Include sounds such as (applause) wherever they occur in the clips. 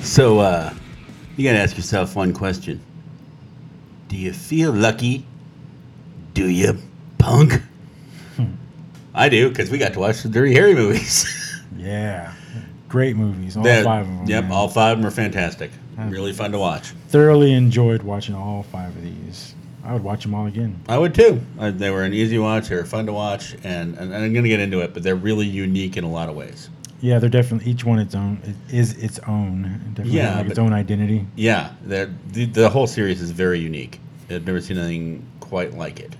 So, uh, you gotta ask yourself one question Do you feel lucky? Do you, punk? I do, because we got to watch the Dirty Harry movies. Yeah. Great movies. (laughs) All They're- five of them. Yep, man. all five of them are fantastic. Really fun to watch. Thoroughly enjoyed watching all five of these. I would watch them all again. I would too. I, they were an easy watch. They were fun to watch, and, and, and I'm going to get into it, but they're really unique in a lot of ways. Yeah, they're definitely each one its own. It is its own. It Definitely Yeah, yeah, like its but- own identity. Yeah, they're, the, the whole series is very unique. I've never seen anything quite like it.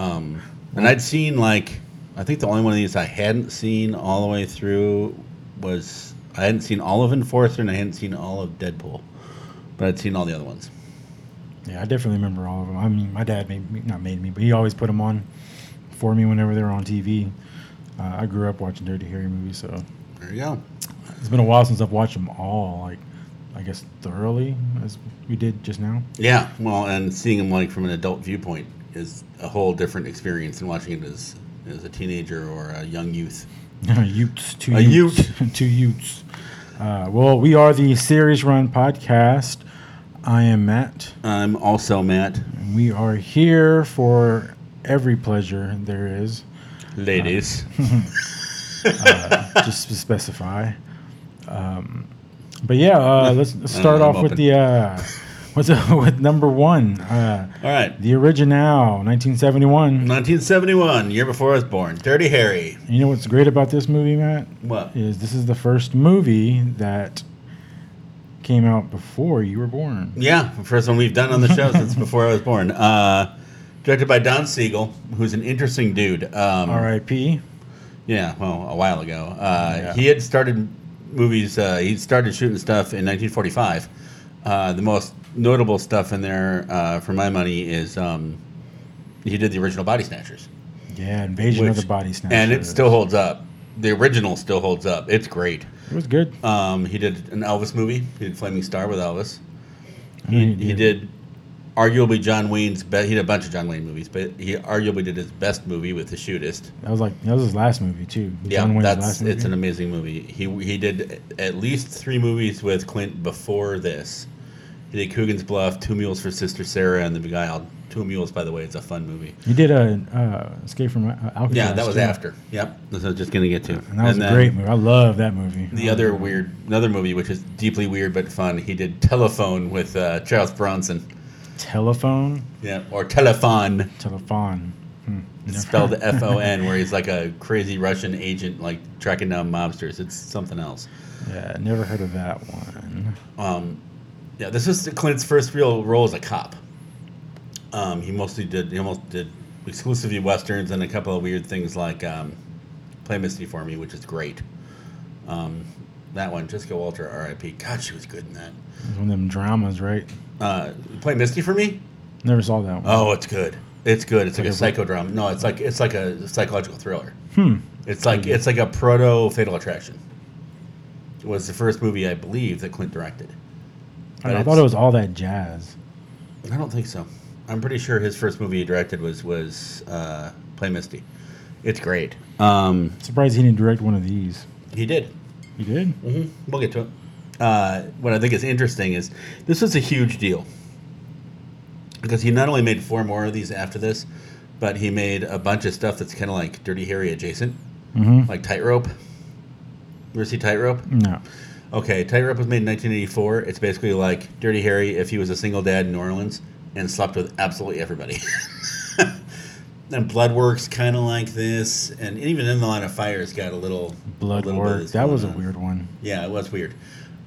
Um, and I'd seen like I think the only one of these I hadn't seen all the way through was I hadn't seen all of Enforcer and I hadn't seen all of Deadpool, but I'd seen all the other ones. Yeah, I definitely remember all of them. I mean, my dad made me, not made me, but he always put them on for me whenever they were on TV. Uh, I grew up watching Dirty Harry movies, so There you go. it's been a while since I've watched them all. Like, I guess thoroughly as we did just now. Yeah, well, and seeing them like from an adult viewpoint is a whole different experience than watching it as as a teenager or a young youth. (laughs) Utes, two A Utes, (laughs) two Utes. Uh, well, we are the Series Run podcast. I am Matt, I'm also Matt, and we are here for every pleasure there is. ladies. uh, just to specify. Um, but yeah, uh, let's let's start I'm off with open. the uh, what's up (laughs) with number one, uh, All right. the original, 1971. 1971, year before I was born. Dirty Harry. You know what's great about this movie, Matt, What? is this is the first movie that came out before you were born. Yeah, the first one we've done on the show since before I was born. Uh, directed by Don Siegel, who's an interesting dude. Um, R.I.P. Yeah, well, a while ago. Uh, Yeah. He had started movies, uh, he started shooting stuff in 1945. Uh, the most notable stuff in there, uh, for my money, is um, he did the original Body Snatchers. Yeah, Invasion of which- the Body Snatchers. And it still holds up. The original still holds up. It's great. it was good. Um, he did an Elvis movie. He did Flaming Star with Elvis. Yeah, He did arguably John Wayne's best. He did a bunch of John Wayne movies, but he arguably did his best movie with The Shootist. That was like that was his last movie too. Yeah, Wayne's that's movie. it's an amazing movie. He he did at least three movies with Clint before this. He did Coogan's Bluff, Two Mules for Sister Sarah, and The Beguiled. Two Mules, by the way, it's a fun movie. he did a uh, Escape from uh, Alcatraz. Yeah, that was too. after. Yep, that's what I was just gonna get to. And that was a then great movie. I love that movie. The other weird, another movie which is deeply weird but fun. He did Telephone with uh, Charles Bronson. telephone, Yeah, or Telephone. telephone. Hmm. Never- spelled F O N, where he's like a crazy Russian agent, like tracking down mobsters. It's something else. Yeah, never heard of that one. Um, yeah, this is Clint's first real role as a cop. Um, he mostly did, he almost did exclusively westerns and a couple of weird things like um, Play Misty for Me, which is great. Um, that one, Jessica Walter, R.I.P. God, she was good in that. It was one of them dramas, right? Uh, Play Misty for Me? Never saw that one. Oh, it's good. It's good. It's like a Like psychodrama. No, it's like it's like a psychological thriller. Hmm. It's like it's like a proto Fatal Attraction. It was the first movie I believe that Clint directed. I, I it's- thought it was all that jazz. I don't think so. I'm pretty sure his first movie he directed was was uh, Play Misty. It's great. Um, Surprised he didn't direct one of these. he did. He did. hmm We'll get to it. Uh, what I think is interesting is this was a huge deal because he not only made four more of these after this, but he made a bunch of stuff that's kind of like Dirty Harry adjacent, Mm-hmm. like Tightrope. You ever see Tightrope? No. Okay, Tightrope was made in 1984. It's basically like Dirty Harry if he was a single dad in New Orleans and slept with absolutely everybody. (laughs) and Bloodworks kind of like this, and even in the line of fire, it's got a little Blood a little bit of Work. this That was a going on. weird one. Yeah, it was weird,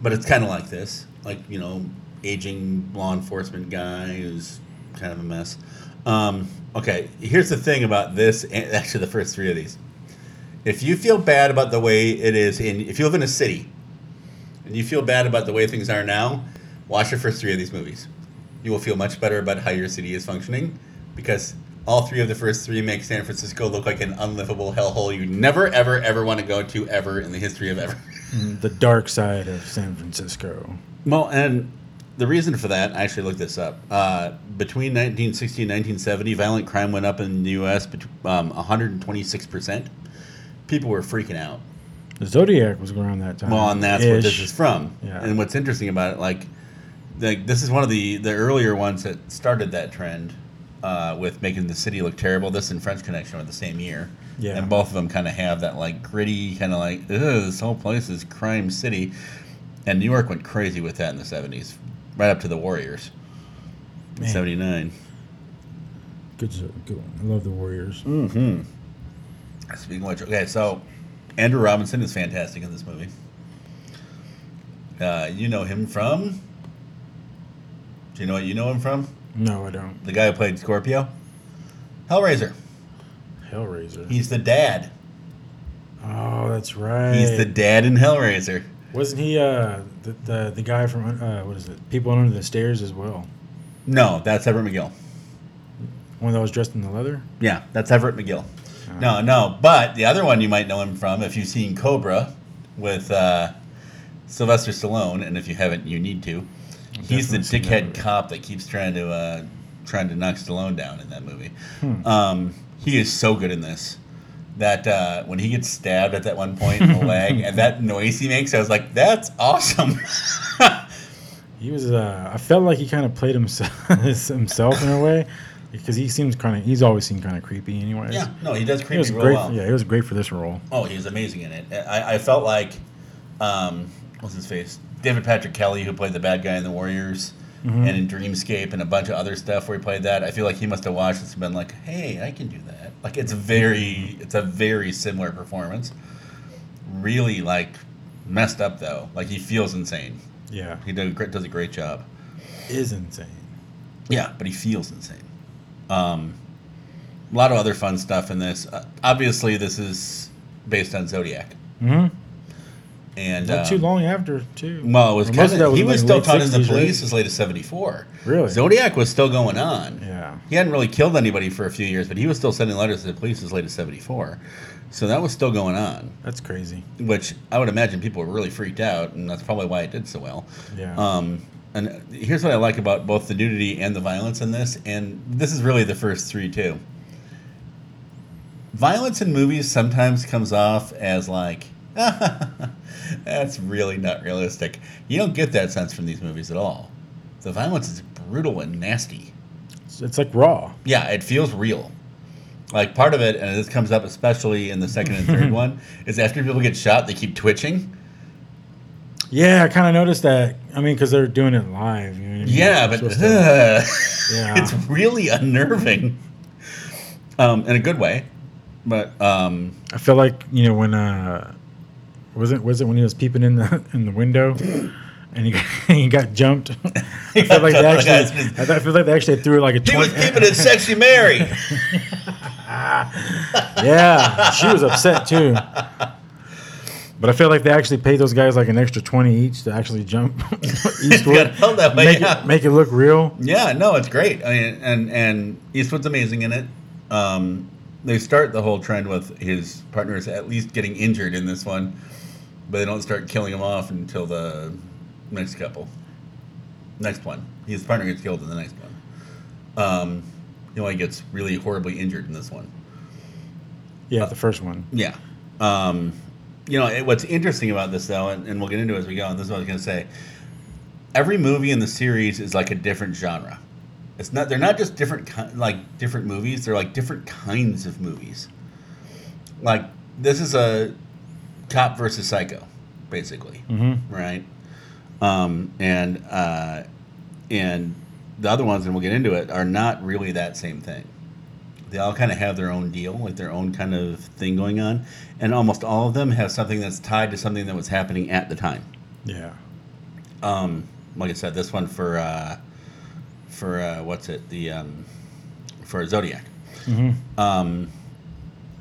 but it's kind of like this, like you know, aging law enforcement guy who's kind of a mess. Um, okay, here's the thing about this, and (laughs) actually the first three of these. If you feel bad about the way it is in, if you live in a city, and you feel bad about the way things are now, watch the first three of these movies. You will feel much better about how your city is functioning, because all three of the first three make San Francisco look like an unlivable hellhole you never, ever, ever want to go to ever in the history of ever. Mm, The Dark Side of San Francisco. Well, and the reason for that, I actually looked this up. Uh, between 1960 and 1970, violent crime went up in the U.S. bet- um, 126%. People were freaking out. The Zodiac was around that time. Well, and that's where this Ish. is from. Yeah. And what's interesting about it, like, like this is one of the the earlier ones that started that trend uh, with making the city look terrible. This and French Connection were the same year. Yeah. And both of them kind of have that like gritty kind of like Ugh, this whole place is crime city, and New York went crazy with that in the seventies, right up to the Warriors. in Man. Seventy nine. Good, show, good one. I love the Warriors. Mm-hmm. Speaking of which, okay, so Andrew Robinson is fantastic in this movie. Uh, you know him from? Do you know what you know him from? No, I don't. The guy who played Scorpio, Hellraiser. Hellraiser. He's the dad. oh, that's right. He's the dad in Hellraiser. Wasn't he uh the the, the guy from uh, what is it? People under the stairs as well. No, that's Everett McGill. One that was dressed in the leather. Yeah, that's Everett McGill. No, no, but the other one you might know him from if you've seen Cobra with uh, Sylvester Stallone, and if you haven't, you need to. He's the definitely seen that dickhead movie. cop that keeps trying to uh, trying to knock Stallone down in that movie. Hmm. Um, he is so good in this. That uh, when he gets stabbed at that one point in the (laughs) leg, and that noise he makes, I was like, "That's awesome." (laughs) He was. Uh, I felt like he kind of played himself (laughs) himself in a way, because he seems kind of. He's always seemed kind of creepy, anyways. yeah, no, he does He creepy was real great. well. Yeah, he was great for this role. Oh, he was amazing in it. I, I felt like, um, what's his face? David Patrick Kelly, who played the bad guy in The Warriors and in Dreamscape and a bunch of other stuff where he played that. I feel like he must have watched this and been like, hey, I can do that. Like, it's very, it's a very similar performance. Really, like, messed up, though. Like, he feels insane. Yeah, He did, a great- does a great job. is insane. Yeah, but he feels insane. Um, a lot of other fun stuff in this. Uh, obviously, this is based on Zodiac. Mm-hmm. And Not um, too long after, too. Well, it was Or kind most of that of, he like was still late caught in the 60s, right? police as late as 74. Really? Zodiac was still going on. Yeah. He hadn't really killed anybody for a few years, but he was still sending letters to the police as late as 74. So that was still going on, That's crazy. which I would imagine people were really freaked out, and that's probably why it did so well. Yeah. Um, and here's what I like about both the nudity and the violence in this, and this is really the first three, too. Violence in movies sometimes comes off as like, (laughs) that's really not realistic. You don't get that sense from these movies at all. The violence is brutal and nasty. It's, it's like raw. Yeah, it feels real. Like part of it, and this comes up especially in the second and third one, is after people get shot, they keep twitching. Yeah, I kind of noticed that. I mean, because they're doing it live. You know what I mean? Yeah, They're (laughs) but supposed to- Yeah. (laughs) it's really unnerving, um, in a good way. But um, I feel like you know when uh, was it was it when he was peeping in the (laughs) in the window, and he got, (laughs) he got jumped. (laughs) I feel like (laughs) Like they I actually, I, thought- I feel like they actually threw like a he was twenty. keeping it sexy, Mary. (laughs) yeah, she was upset too. But I feel like they actually paid those guys like an extra twenty each to (laughs) actually jump (laughs) Got eastward, held that way, make, yeah. it, make it look real. (laughs) Yeah, no, it's great. I mean, and and Eastwood's amazing in it. Um, they start the whole trend with his partners at least getting injured in this one, but they don't start killing him off until the next couple, next one. His partner gets killed in the next one. Um, he only gets really horribly injured in this one. Yeah, the first one. Yeah. Um, you know, it, what's interesting about this, though, and, and we'll get into it as we go, and this is what I was going to say. Every movie in the series is like a different genre. It's not, they're not just different, ki- like different movies, they're like different kinds of movies. Like, this is a cop versus psycho, basically, hmm right? Um, and, uh, and the other ones, and we'll get into it, are not really that same thing they all kind of have their own deal, like their own kind of thing going on, and almost all of them have something that's tied to something that was happening at the time. Yeah, Um, like I said, this one for uh, for uh, what's it the um, for Zodiac. Mhm. Um,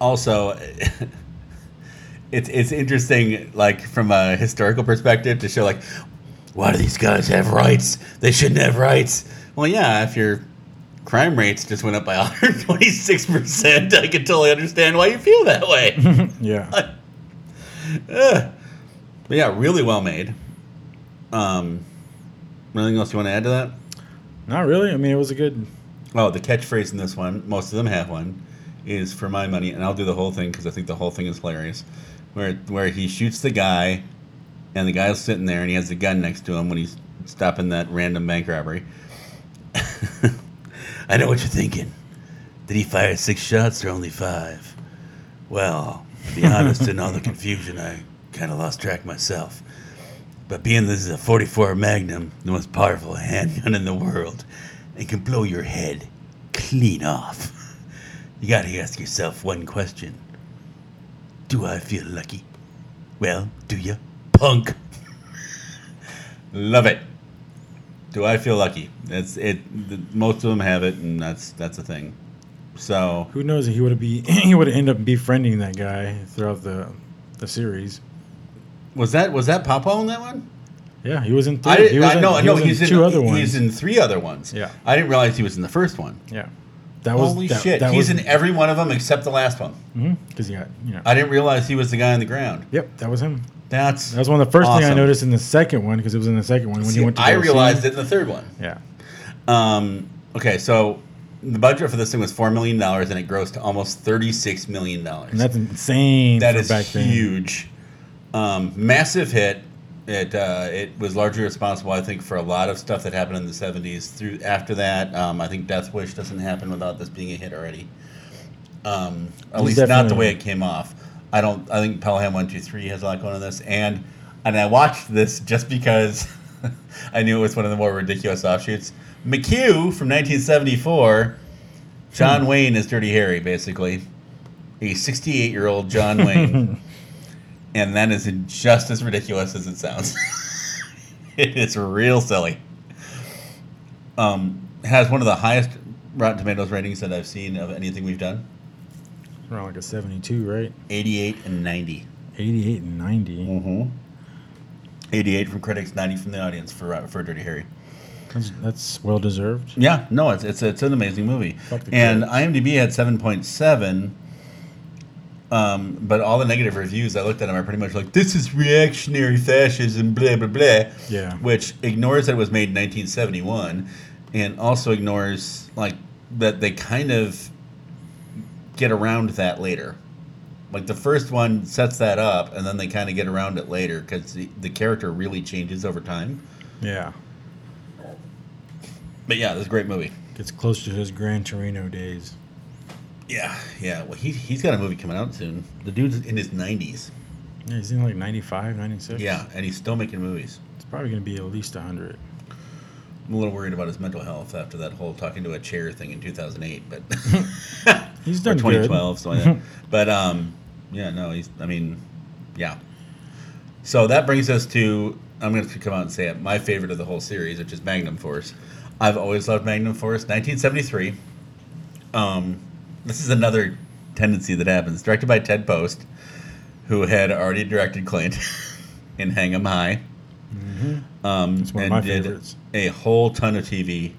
also, (laughs) it's it's interesting, like from a historical perspective, to show like why do these guys have rights? They shouldn't have rights. Well, yeah, if your crime rates just went up by (laughs) 126 percent, I can totally understand why you feel that way. (laughs) yeah. Ugh. But yeah, really well made. Um, anything else you want to add to that? Not really. I mean, it was a good. Oh, the catchphrase in this one, most of them have one, is for my money, and I'll do the whole thing because I think the whole thing is hilarious. where where he shoots the guy, and the guy's sitting there, and he has a gun next to him when he's stopping that random bank robbery. (laughs) I know what you're thinking. Did he fire six shots or only five? Well, to be honest, in all the confusion, I kind of lost track myself. But being this is a 44 Magnum, the most powerful handgun in the world, and can blow your head clean off, (laughs) you gotta ask yourself one question Do I feel lucky? Well, do you, punk? (laughs) Love it. Do I feel lucky? That's it. The, most of them have it, and that's that's a thing. So Who knows? He would have be (clears throat) he would end up befriending that guy throughout the the series. was that was that Papa on that one? Yeah, he was in. Three. I, he didn't, was I know, I know. was He's in two other ones. He's in three other ones. Yeah. I didn't realize he was in the first one. yeah, that was Holy that, shit! That he's was, in every one of them except the last one. because he got you know. I didn't realize he was the guy on the ground. yep, that was him. That's That was one of the first thing I Awesome. noticed in the second one because it was in the second one when See, you went to. I go see realized him. it in the third one. Yeah, Um, okay, so the budget for this thing was four million dollars, and it grossed to almost thirty-six million dollars. and that's insane. That for is back then. huge, um, massive hit. It uh, it was largely responsible, I think, for a lot of stuff that happened in the '70s. Through after that, um, I think Death Wish doesn't happen without this being a hit already. Um, at He's least not the definitely- way it came off. I don't. I think Pelham One Two Three has a lot going on this, and and I watched this just because (laughs) I knew it was one of the more ridiculous offshoots. McHugh from 1974, John Wayne is Dirty Harry, basically a 68 year old John Wayne. and that is just as ridiculous as it sounds. (laughs) it is real silly. Um, has one of the highest Rotten Tomatoes ratings that I've seen of anything we've done Around like a seventy-two, right? 88 and 90. Eighty-eight and 90 Mm-hmm. 88 from critics, 90 from the audience for, uh, for Dirty Harry. That's, that's well deserved. Yeah, no, it's it's, it's an amazing movie. Fuck the And critics. IMDb had seven point seven. Um, but all the negative reviews I looked at them are pretty much like this is reactionary fascism, blah blah blah. Yeah. Which ignores that it was made in 1971, and also ignores like that they kind of get around that later. Like the first one sets that up, and then they kind of get around it later because the, the character really changes over time. Yeah, But yeah, this is a great movie. gets close to his Gran Torino days. Yeah, yeah. Well, he, he's got a movie coming out soon. The dude's in his 90s. Yeah, he's in like 95, 96. Yeah, and he's still making movies. It's probably going to be at least 100. I'm a little worried about his mental health after that whole talking to a chair thing in 2008, but (laughs) He's or done 2012, so yeah. (laughs) But um, yeah, no, he's. I mean, yeah. So that brings us to I'm going to come out and say it. My favorite of the whole series, which is Magnum Force. I've always loved Magnum Force. 1973. Um, this is another tendency that happens. Directed by Ted Post, who had already directed Clint (laughs) in Hang 'Em High. Um, It's one of and my did favorites. a whole ton of TV.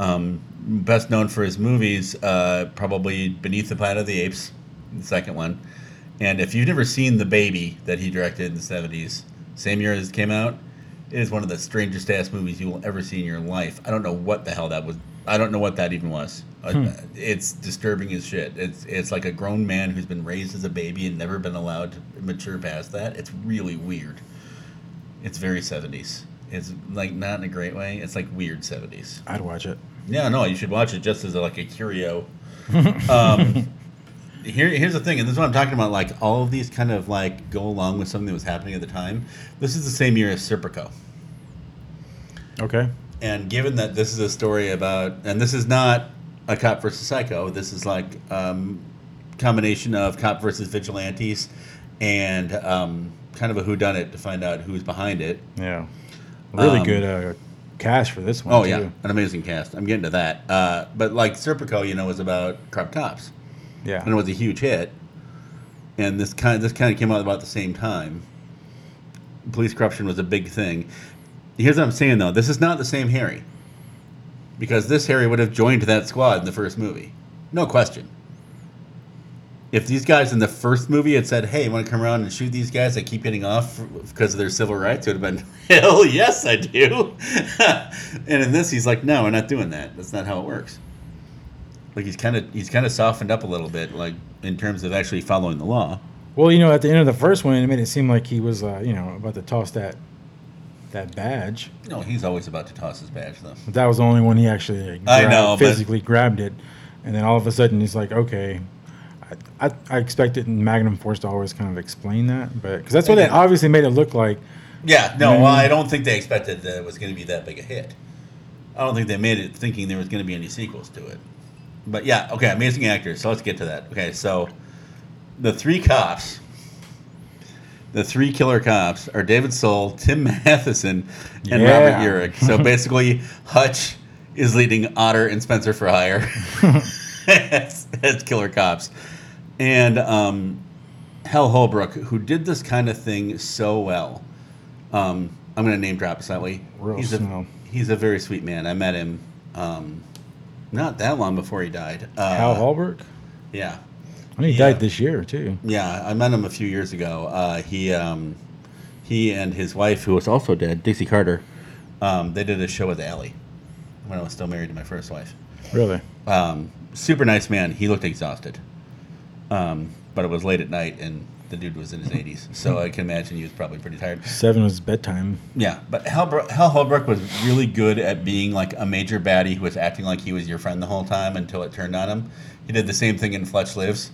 Um, best known for his movies, uh, probably Beneath the Planet of the Apes, the second one. And if you've never seen The Baby that he directed in the 70s, same year as it came out, it is one of the strangest ass movies you will ever see in your life. I don't know what the hell that was. I don't know what that even was. Uh, Hmm. It's disturbing as shit. It's it's like a grown man who's been raised as a baby and never been allowed to mature past that. It's really weird. It's very 70s. It's like not in a great way. It's like weird 70s. I'd watch it. Yeah, no, you should watch it just as a, like a curio. Um, here, here's the thing, and this is what I'm talking about. Like all of these kind of like go along with something that was happening at the time. This is the same year as Serpico, Okay. and given that this is a story about, and this is not a cop versus psycho. This is like um, combination of cop versus vigilantes, and um, kind of a whodunit to find out who's behind it. Yeah. Really Um, good uh, cash for this one. Oh too. yeah, an amazing cast. I'm getting to that. Uh, but like Serpico, you know, is about corrupt cops. Yeah. and it was a huge hit. And this kind this kind of came out about the same time. Police corruption was a big thing. Here's what I'm saying though: this is not the same Harry, because this Harry would have joined that squad in the first movie, no question. If these guys in the first movie had said, "Hey, want to come around and shoot these guys that keep getting off because of their civil rights," it would have been, (laughs) "Hell yes, I do." (laughs) and in this, he's like, "No, we're not doing that. That's not how it works." like he's kind of he's kind of softened up a little bit like in terms of actually following the law Well, you know, at the end of the first one, it made it seem like he was, uh, you know, about to toss that that badge. No, he's always about to toss his badge though. But that was the only one he actually like, I grabbed- know, but- physically grabbed it, and then all of a sudden he's like, okay. I, I, I expected Magnum Force to always kind of explain that, but because that's what They it did. obviously made it look like. Yeah, no, You well, know what I mean? I don't think they expected that it was going to be that big a hit. I don't think they made it thinking there was going to be any sequels to it. But yeah, okay, amazing actors. So let's get to that. Okay, so the three cops, the three killer cops are David Soul, Tim (laughs) Matheson, and Yeah. Robert Urich. So basically, Hutch is leading Otter and Spencer for hire (laughs) as, as killer cops. And um, Hal Holbrook, who did this kind of thing so well. Um, I'm going to name drop slightly. Real he's a, snow. he's a very sweet man. I met him um, not that long before he died. Uh, Hal Holbrook, Yeah. I mean, he yeah. died this year too. Yeah, I met him a few years ago. Uh, he um, he and his wife, who was also dead, Dixie Carter, um, they did a show with Allie when I was still married to my first wife. Really? Um, super nice man. He looked exhausted, um, but it was late at night, and the dude was in his 80s, so I can imagine he was probably pretty tired. Seven was bedtime. Yeah, but Hal, Bro- Hal Holbrook was really good at being like a major baddie who was acting like he was your friend the whole time until it turned on him. He did the same thing in Fletch Lives.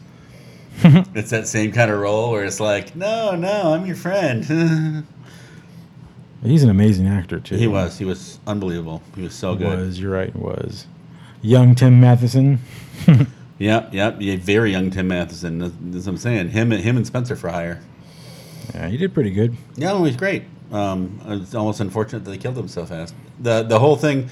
it's that same kind of role where it's like, no, no, I'm your friend. (laughs) He's an amazing actor too. he was, he was unbelievable. He was so good. Was you're right. Was young Tim Matheson. Yep, yep. Yeah, very young Tim Matheson. That's, that's what I'm saying. Him, and him and Spencer for hire. Yeah, he did pretty good. Yeah, no, he's great. Um, it's almost unfortunate that they killed him so fast. The the whole thing,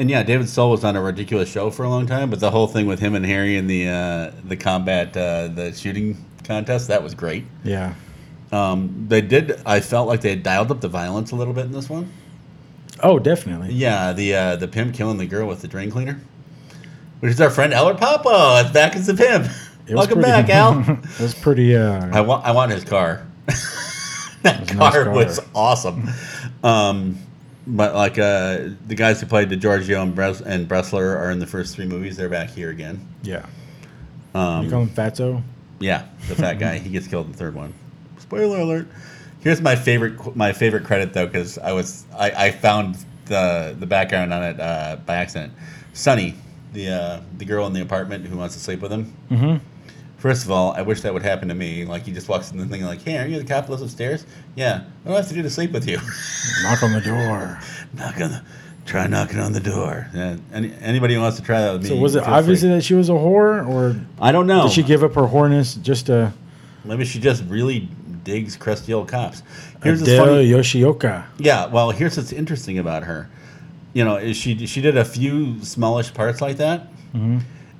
and yeah, David Soul was on a ridiculous show for a long time. But the whole thing with him and Harry and the uh, the combat uh, the shooting contest that was great. Yeah. Um, they did. I felt like they had dialed up the violence a little bit in this one. Oh, definitely. Yeah, the uh, the pimp killing the girl with the drain cleaner, which is our friend Eller Papa. It's back as the pimp. It was Welcome pretty- back, Al. (laughs) it was pretty. Uh, I want I want his car. (laughs) that was a car, nice was car. awesome. Um, but like uh, the guys who played DiGiorgio and, Bres- and Bressler are in the first three movies. They're back here again. yeah. You Um, call him Fatso? yeah, the fat guy he gets killed in the third one. Spoiler alert. Here's my favorite qu- my favorite credit though because I was I, I found the the background on it uh, by accident. Sunny, the uh, the girl in the apartment who wants to sleep with him. Mm-hmm. First of all, I wish that would happen to me. Like he just walks in the thing, like, "Hey, are you the cop that lives upstairs?" Yeah, what do I have to do to sleep with you? (laughs) Knock on the door. Knock on the, try knocking on the door. Yeah, any, anybody who wants to try that with me? So was it feel free. Oh. obvious that she was a whore, or I don't know. did she give up her whoreness just to Maybe she just really digs crusty old cops. Here's what's Adele funny. Yoshioka? Yeah, well, here's what's interesting about her. You know, is she she did a few smallish parts like that, Mm-hmm.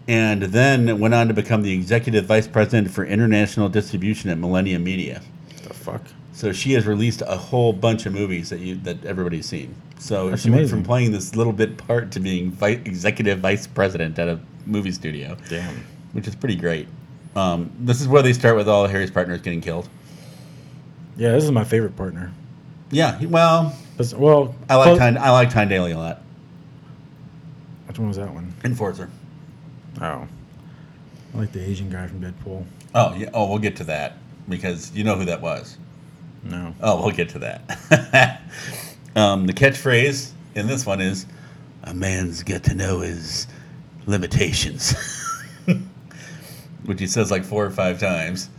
and then went on to become the executive vice president for international distribution at Millennium Media. The fuck? So she has released a whole bunch of movies that you that everybody's seen. So That's she went from amazing. playing this little bit part to being vi- executive vice president at a movie studio, Damn. which is pretty great. Um, this is where they start with all Harry's partners getting killed. Yeah, this is my favorite partner. Yeah, he- well, That's- well, I like clo- Tyne, I like Tyne Daly a lot. Which one was that one? Enforcer. Oh, I like the Asian guy from Deadpool. Oh yeah. Oh, we'll get to that because you know who that was. No. Oh, we'll get to that. (laughs) um, the catchphrase in this one is a man's got to know his limitations, (laughs) which he says like four or five times.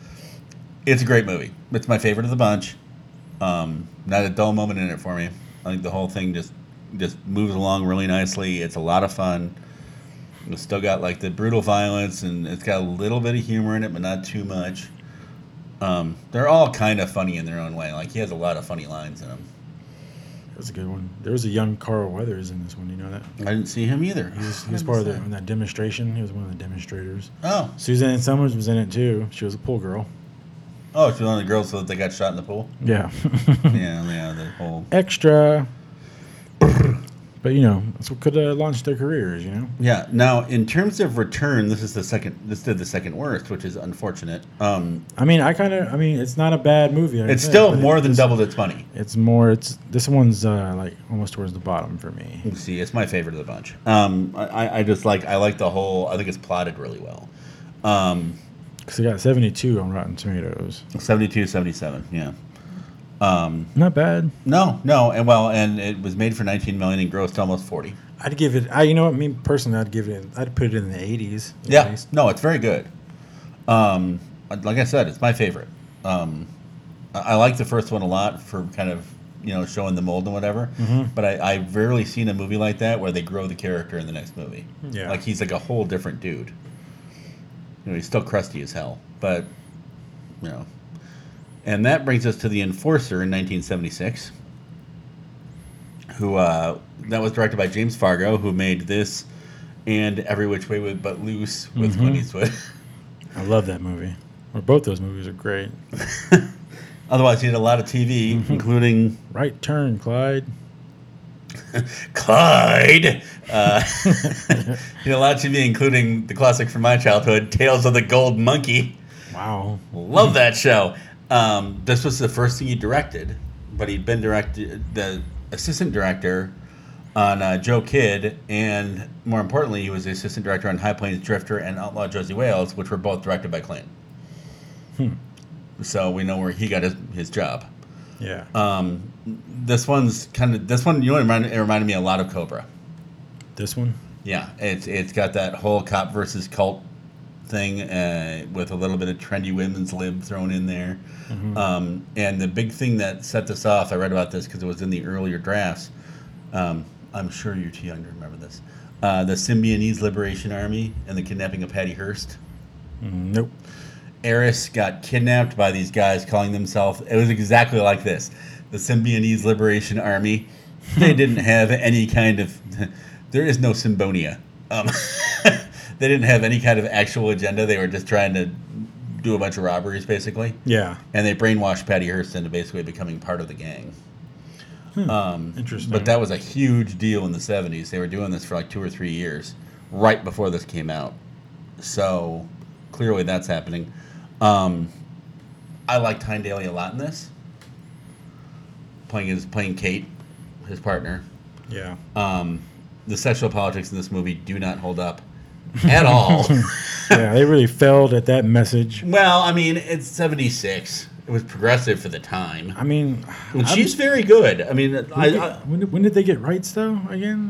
It's a great movie. It's my favorite of the bunch. Um, not a dull moment in it for me. I think the whole thing just just moves along really nicely. It's a lot of fun. It's still got like the brutal violence, and it's got a little bit of humor in it, but not too much. Um, they're all kind of funny in their own way. Like he has a lot of funny lines in them. That's a good one. There was a young Carl Weathers in this one. You know that? I didn't see him either. He was, he was part of the, in that demonstration. He was one of the demonstrators. Oh, Suzanne Summers was in it too. She was a pool girl. oh, she was one of the girls that they got shot in the (laughs) pool. Yeah. yeah, yeah, the whole. Extra. but you know, that's what could have launched their careers. You know. Yeah. Now, in terms of return, this is the second. This did the second worst, which is unfortunate. Um, I mean, I kind of. I mean, it's not a bad movie. I it's think, still but it more than just- doubled its money. It's more. It's this one's uh, like almost towards the bottom for me. You see, it's my favorite of the bunch. Um, I, I- I just like I like the whole. I think it's plotted really well. Um, because it got 72 on Rotten Tomatoes. 72, 77, yeah. Not bad. No, no, and well, and it was made for 19 million and grossed almost 40. I'd give it. I you know what? Me personally, I'd give it. I'd put it in the 80s. at Yeah, least. no, it's very good. Um, like I said, it's my favorite. Um, I, I like the first one a lot for kind of you know showing the mold and whatever. But I, I've rarely seen a movie like that where they grow the character in the next movie. Yeah. like he's like a whole different dude. You know, he's still crusty as hell, but you know. And that brings us to the Enforcer in 1976, who uh, that was directed by James Fargo, who made this and Every Which Way with, But Loose with Clint Eastwood. (laughs) I love that movie. Or both those movies are great. Otherwise, he did a lot of TV, including Right Turn, Clyde. Clyde. Uh, (laughs) he did a lot of TV, including the classic from my childhood, Tales of the Gold Monkey. Wow. Love that show. Um, this was the first thing he directed, but he'd been directed the assistant director on uh, Joe Kidd, and more importantly, he was the assistant director on High Plains Drifter and Outlaw Josie Wales, which were both directed by Clint. So we know where he got his, his job. Yeah. Um, this one's kind of this one. You know, it reminded, it reminded me a lot of Cobra. this one. Yeah, it's it's got that whole cop versus cult thing uh, with a little bit of trendy women's lib thrown in there. Um, and the big thing that set this off, I read about this because it was in the earlier drafts. Um, I'm sure you're too young to remember this. Uh, the Symbionese Liberation Army and the kidnapping of Patty Hearst. Mm, Nope. Eris got kidnapped by these guys calling themselves. It was exactly like this: the Symbionese Liberation Army. They didn't have any kind of. There is no Symbonia. Um, (laughs) they didn't have any kind of actual agenda. They were just trying to do a bunch of robberies, basically Yeah. and they brainwashed Patty Hearst into basically becoming part of the gang. Um, Interesting. But that was a huge deal in the '70s. They were doing this for like two or three years, right before this came out. So clearly, that's happening. Um, I liked Tyne Daly a lot in this, playing his playing Kate, his partner. Yeah. Um, the sexual politics in this movie do not hold up (laughs) at all. yeah. They really failed at that message. well, I mean, it's '76. It was progressive for the time. I mean, And I'm- she's very good. I mean, I, when, I, did, when, did- when did they get rights though? Again?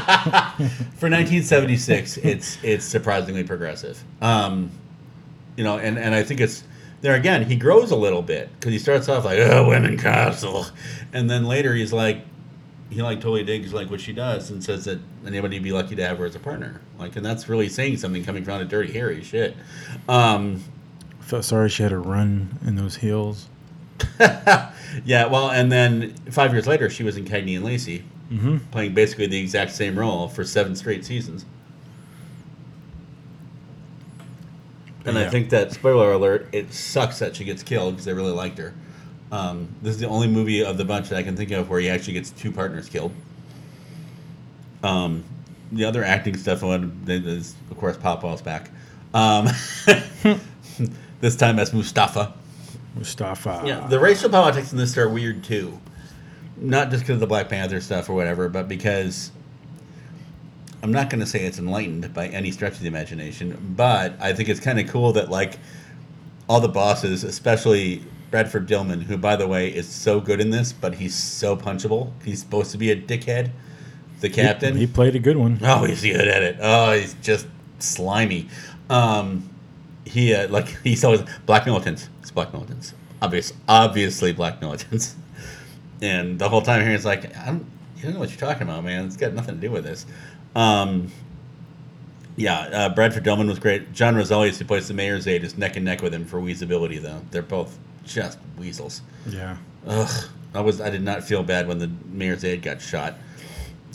for 1976, it's it's surprisingly progressive. Um, you know, and, and I think it's there again. He grows a little bit because he starts off like oh women castle, and then later he's like he like totally digs like what she does and says that anybody would be lucky to have her as a partner. Like, and that's really saying something coming from a dirty Harry shit. Um, I felt sorry she had to run in those heels. yeah, well, and then five years later, she was in Cagney and Lacey, playing basically the exact same role for seven straight seasons. And I Yeah. think that spoiler alert, it sucks that she gets killed because they really liked her. Um, this is the only movie of the bunch that I can think of where he actually gets two partners killed. Um, the other acting stuff on is, of course, Pop Walls back. Um, (laughs) this time as Mustafa. Mustafa. Yeah, the racial politics in this are weird too. Not just because of the Black Panther stuff or whatever, but because I'm not going to say it's enlightened by any stretch of the imagination, but I think it's kind of cool that, like, all the bosses, especially Bradford Dillman, who, by the way, is so good in this, but he's so punchable. He's supposed to be a dickhead, the captain. He played a good one. (laughs) Oh, he's good at it. Oh, he's just slimy. Um, he uh, like (laughs) he's always black militants. It's black militants. Obvious, obviously black militants. (laughs) And the whole time here, it's like I don't, you don't know what you're talking about, man. It's got nothing to do with this. Um, yeah, uh, Bradford Dillman was great. John Rosales, who plays the mayor's aide, is neck and neck with him for weasability, though. They're both just weasels. Yeah. Ugh, I was I did not feel bad when the mayor's aide got shot.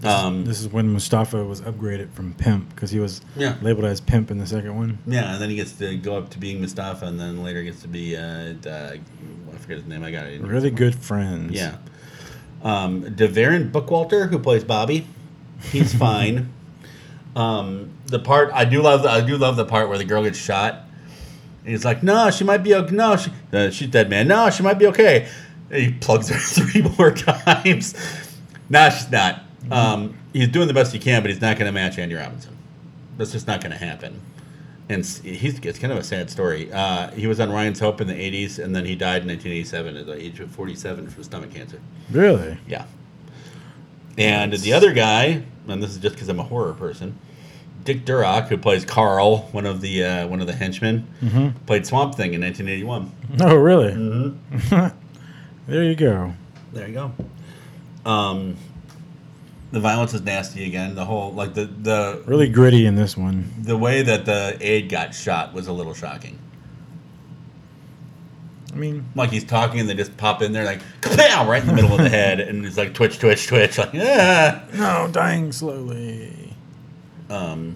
Um, This is when Mustafa was upgraded from pimp because he was Yeah. labeled as pimp in the second one. Yeah, and then he gets to go up to being Mustafa, and then later gets to be uh, uh I forget his name. I got it. Really good friends. Yeah. Um, Deverin Bookwalter, who plays Bobby, he's fine. Um, the part I do love, I do love the part where the girl gets shot. And he's like, "No, she might be okay. No, she, uh, she's dead, man. No, she might be okay." And he plugs her (laughs) three more times. nah, she's not. Um, he's doing the best he can, but he's not going to match Andy Robinson. That's just not going to happen. and s- he's it's kind of a sad story. Uh, he was on Ryan's Hope in the '80s, and then he died in 1987 at the age of 47 from stomach cancer. Really? Yeah. And the other guy, and this is just because I'm a horror person, Dick Durock, who plays Carl, one of the uh, one of the henchmen, played Swamp Thing in 1981. Oh, really? Mm-hmm. (laughs) there you go. There you go. Um, the violence is nasty again. The whole like the the Really gritty in this one. the way that the aide got shot was a little shocking. I mean, Like he's talking and they just pop in there like kapow right in the middle of the head and it's like twitch twitch twitch like ah. no, dying slowly. Um,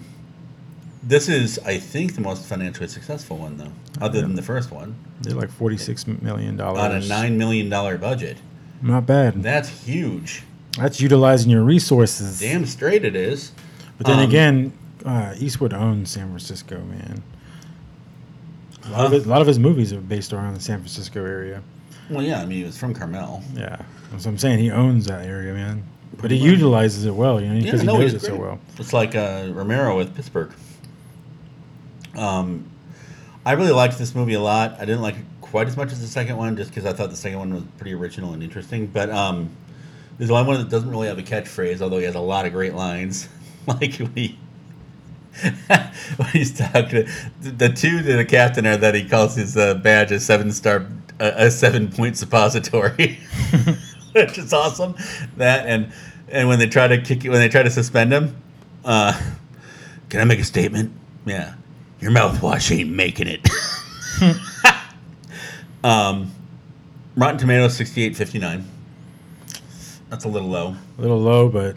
this is I think the most financially successful one though, other than the first one They're like forty-six million dollars on a nine million dollar budget. Not bad. That's huge. That's utilizing your resources. Damn straight it is. But then Um, again, uh, Eastwood owns San Francisco, man. A lot, of Huh? his, a lot of his movies are based around the San Francisco area. Well, yeah, I mean he was from Carmel. Yeah, so I'm saying he owns that area, man. But Pretty he much. utilizes it well, you know, because no, he knows he's it so great. well. It's like uh, Romero with Pittsburgh. Um, I really liked this movie a lot. I didn't like it quite as much as the second one, just because I thought the second one was pretty original and interesting. But um, there's one one that doesn't really have a catchphrase, although he has a lot of great lines. (laughs) like when he. (laughs) when he's talking, the, the two to the captain are that he calls his uh, badge a seven star, uh, a seven point suppository. (laughs) which is awesome. That and and when they try to kick you, when they try to suspend him, uh, can I make a statement? Yeah, your mouthwash ain't making it. (laughs) um, Rotten Tomatoes sixty eight fifty nine. That's a little low. A little low, but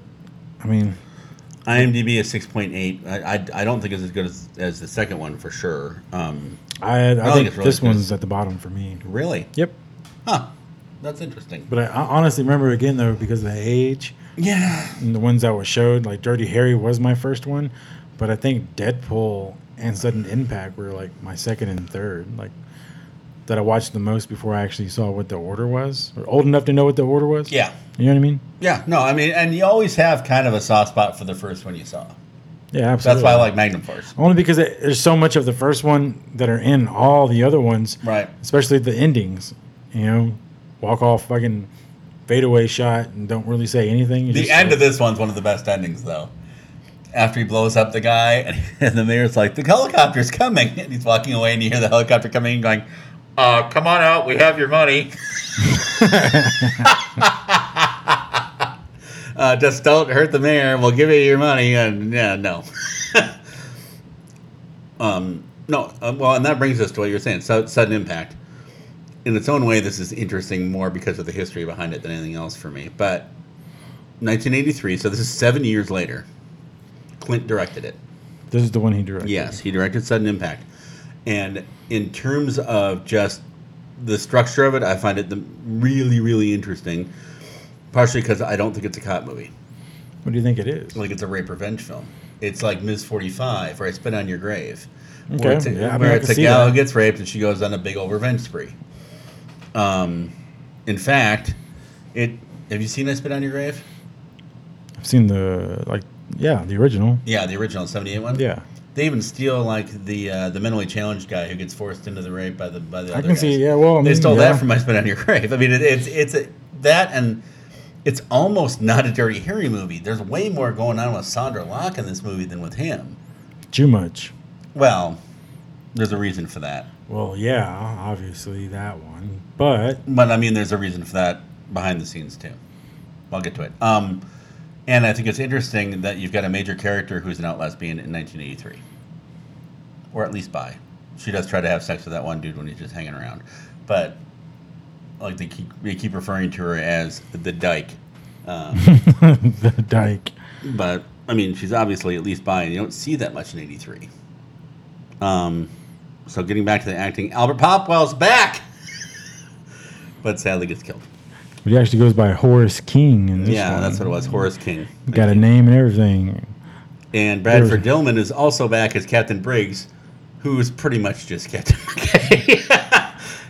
I mean, IMDb is six point eight. I, I, I don't think it's as good as, as the second one for sure. Um, I, I, think think, it's really this good. one's at the bottom for me. really? Yep. Huh. That's interesting. But I, I honestly remember again though because of the age Yeah. and the ones that were showed, like Dirty Harry was my first one, but I think Deadpool and Sudden Impact were like my second and third, like that I watched the most before I actually saw what the order was, or old enough to know what the order was. Yeah. You know what I mean? Yeah. No, I mean, and you always have kind of a soft spot for the first one you saw. Yeah, That's absolutely. why I like Magnum Force. Only because it, there's so much of the first one that are in all the other ones, Right. especially the endings. You know, walk off fucking fadeaway shot and don't really say anything. The end of this one's one of the best endings, though. After he blows up the guy, (laughs) and, the mayor's like, "The helicopter's coming," (laughs) and he's walking away, and you hear the helicopter coming and going, "Uh, come on out, we have your money." (laughs) uh, just don't hurt the mayor. We'll give you your money. And yeah, no. (laughs) um, no. Uh, well, and that brings us to what you're saying. So, sudden impact. In its own way, this is interesting more because of the history behind it than anything else for me. But 1983. So this is seven years later. Clint directed it. This is the one he directed. Yes, he directed Sudden Impact. And in terms of just the structure of it, I find it the really, really interesting. Partially because I don't think it's a cop movie. What do you think it is? Like it's a rape revenge film. It's like Ms. 45 or I Spit on Your Grave. Okay, Where it's a, yeah, I mean, where I it's can a see gal that. who gets raped and she goes on a big old revenge spree. Um, in fact, it have you seen I Spit on Your Grave? I've seen the like, yeah, the original. Yeah, the original 78 one? Yeah, They even steal like the uh, the mentally challenged guy who gets forced into the rape by the by the. I other can guys. see. Yeah, well, I They mean, stole yeah. that from my spit on your grave. I mean, it, it's it's a, that and it's almost not a Dirty Harry movie. There's way more going on with Sandra Locke in this movie than with him. too much. Well, there's a reason for that, Well, yeah, obviously that one, but (laughs) but I mean, there's a reason for that behind the scenes too. I'll get to it. Um, and I think it's interesting that you've got a major character who's an out lesbian in 1983, or at least bi. She does try to have sex with that one dude when he's just hanging around, but like they keep they keep referring to her as the dyke. Um, the Dyke. but I mean, she's obviously at least bi, and you don't see that much in '83. Um, so getting back to the acting, Albert Popwell's back, (laughs) but sadly gets killed. But he actually goes by Horace King in this yeah, one. that's what it was. Horace King. Got a name and everything. And Bradford Dillman is also back as Captain Briggs, who is pretty much just Captain (laughs) McKay.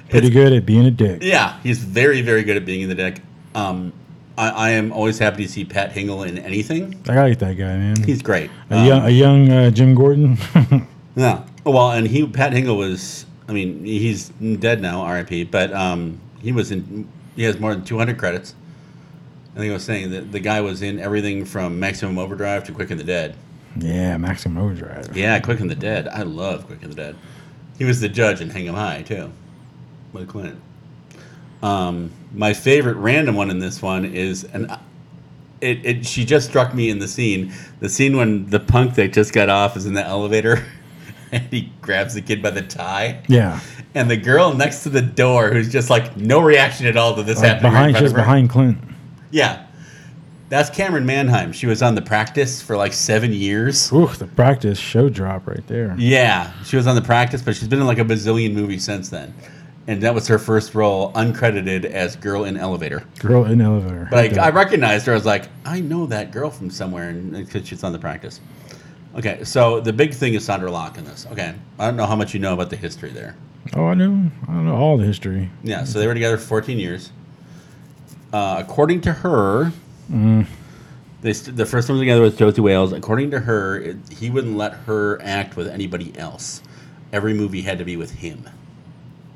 Pretty good at being a dick. yeah, he's very, very good at being in the deck. Um, I, I am always happy to see Pat Hingle in anything. I like that guy, man. Um, He's great. Um, (laughs) a young, a young uh, Jim Gordon. Yeah. Well, and he Pat Hingle was. I mean, he's dead now, R.I.P. But um, he was in. He has more than 200 credits. I think I was saying that the guy was in everything from Maximum Overdrive to Quick and the Dead. Yeah, Maximum Overdrive. Yeah, Quick and the Dead. I love Quick and the Dead. He was the judge in Hang 'Em High too, with Clint. Um, my favorite random one in this one is and It, it she just struck me in the scene. The scene when the punk that just got off is in the elevator, (laughs) and he grabs the kid by the tie, Yeah, and the girl next to the door who's just like no reaction at all to this like happening. right in Uh, behind front she's of her. behind Clint. Yeah. That's Cameron Mannheim. She was on the practice for like seven years. Ooh, the practice show drop right there. Yeah, she was on the practice, but she's been in like a bazillion movies since then. And that was her first role, uncredited as Girl in Elevator. Girl in elevator. But I, I recognized her. I was like, I know that girl from somewhere, and because she's on the practice. Okay, so the big thing is Sandra Locke in this. Okay, I don't know how much you know about the history there. oh, I know. I know all the history. Yeah, so they were together for 14 years. Uh, according to her, they st- the first one together was Josie Wales. According to her, it, he wouldn't let her act with anybody else. Every movie had to be with him.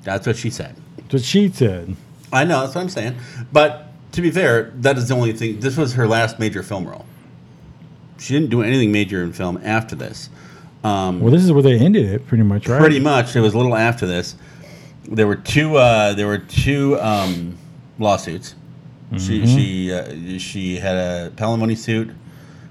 That's what she said. That's what she said. I know, that's what I'm saying. But to be fair, that is the only thing. This was her last major film role. She didn't do anything major in film after this. Um, Well, this is where they ended it, pretty much, right? pretty much it was a little after this there were two uh, there were two um, lawsuits she Mm-hmm. she uh, she had a palimony suit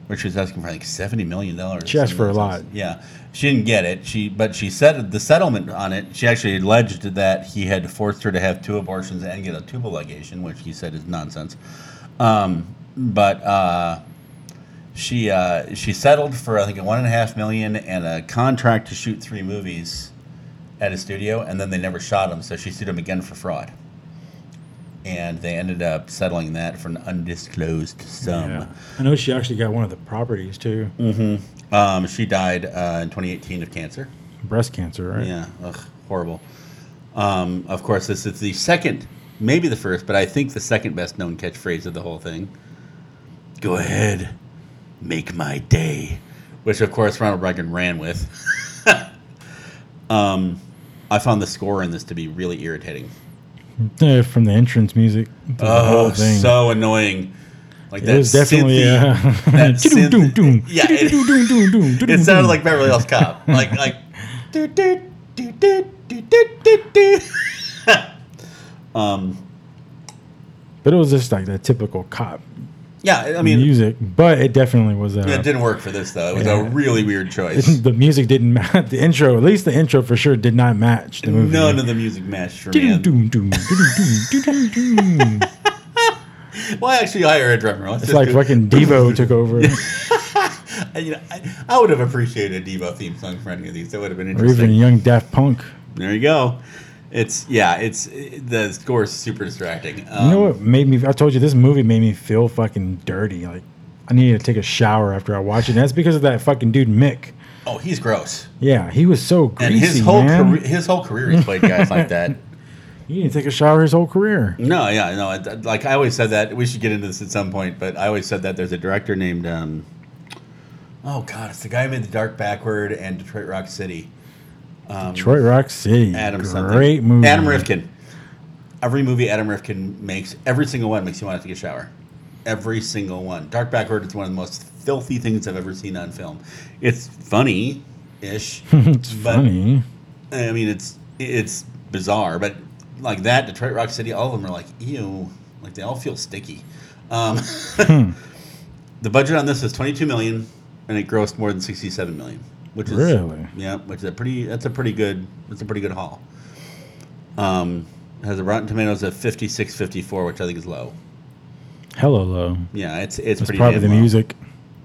which she was asking for like 70 million dollars She asked for a lot. yeah she didn't get it she but she said the settlement on it she actually alleged that he had forced her to have two abortions and get a tubal ligation which he said is nonsense um, but uh, she uh, she settled for I think a one and a half million and a contract to shoot three movies at a studio, and then they never shot them, so she sued him again for fraud. And they ended up settling that for an undisclosed sum. Yeah. I know she actually got one of the properties too. Mm. Um, she died uh, in 2018 of cancer. Breast cancer, (laughs) right? Yeah, ugh, horrible. Um, of course, this is the second, maybe the first, but I think the second best known catchphrase of the whole thing. Go ahead, make my day, which of course Ronald Reagan ran with. (laughs) um, I found the score in this to be really irritating. Yeah, From the entrance music to the whole Oh, thing. so annoying. Like it was definitely synthy- uh, (laughs) that doom, doom, synth- doom. Yeah, it- Doom, doom, doom, doom, (laughs) doom, It sounded doom. like Beverly Hills (laughs) Cop. Like like do do do do do do do do. Um. but it was just like that typical cop Yeah, I- I mean, music. But it definitely was uh, it didn't work for this though. It was a Yeah. really weird choice. (laughs) the music didn't match (laughs) the intro. At least the intro for sure did not match the movie. None of the music matched for me. Doom, And- doom, doom, doom, doom, doom, doom. (laughs) Well, I actually hire a drummer. Let's It's just like do- fucking (laughs) Devo took over. I, you know, I, I would have appreciated a Devo theme song for any of these. That would have been or even interesting. young Daft Punk. There you go. It's yeah. It's the score is super distracting. Um, You know what made me? I told you this movie made me feel fucking dirty. Like I needed to take a shower after I watched it. And that's because of that fucking dude Mick. Oh, he's gross. Yeah, he was so greasy, And his whole man. career, his whole career, he played guys like (laughs) that. He didn't take a shower his whole career. No, yeah, no. I, I- like I always said that we should get into this at some point, but I always said that there's a director named um, oh god, it's the guy who made The Dark Backward and Detroit Rock City. Detroit Rock City, Um, Adam great something. movie. Adam Rifkin. Every movie Adam Rifkin makes, every single one makes you want to take a shower. Every single one. Dark Backward is one of the most filthy things I've ever seen on film. It's funny ish. (laughs) it's funny. I mean, it's it's bizarre, but like that, Detroit Rock City, all of them are like ew, like they all feel sticky. Um, (laughs) Hmm. the budget on this is twenty two million, and it grossed more than sixty seven million, which is Really? yeah, which is a pretty that's a pretty good that's a pretty good haul. Um, it has a Rotten Tomatoes of 56, 54, which I think is low. Hello, low. Yeah, it's it's It's pretty probably damn the low. music.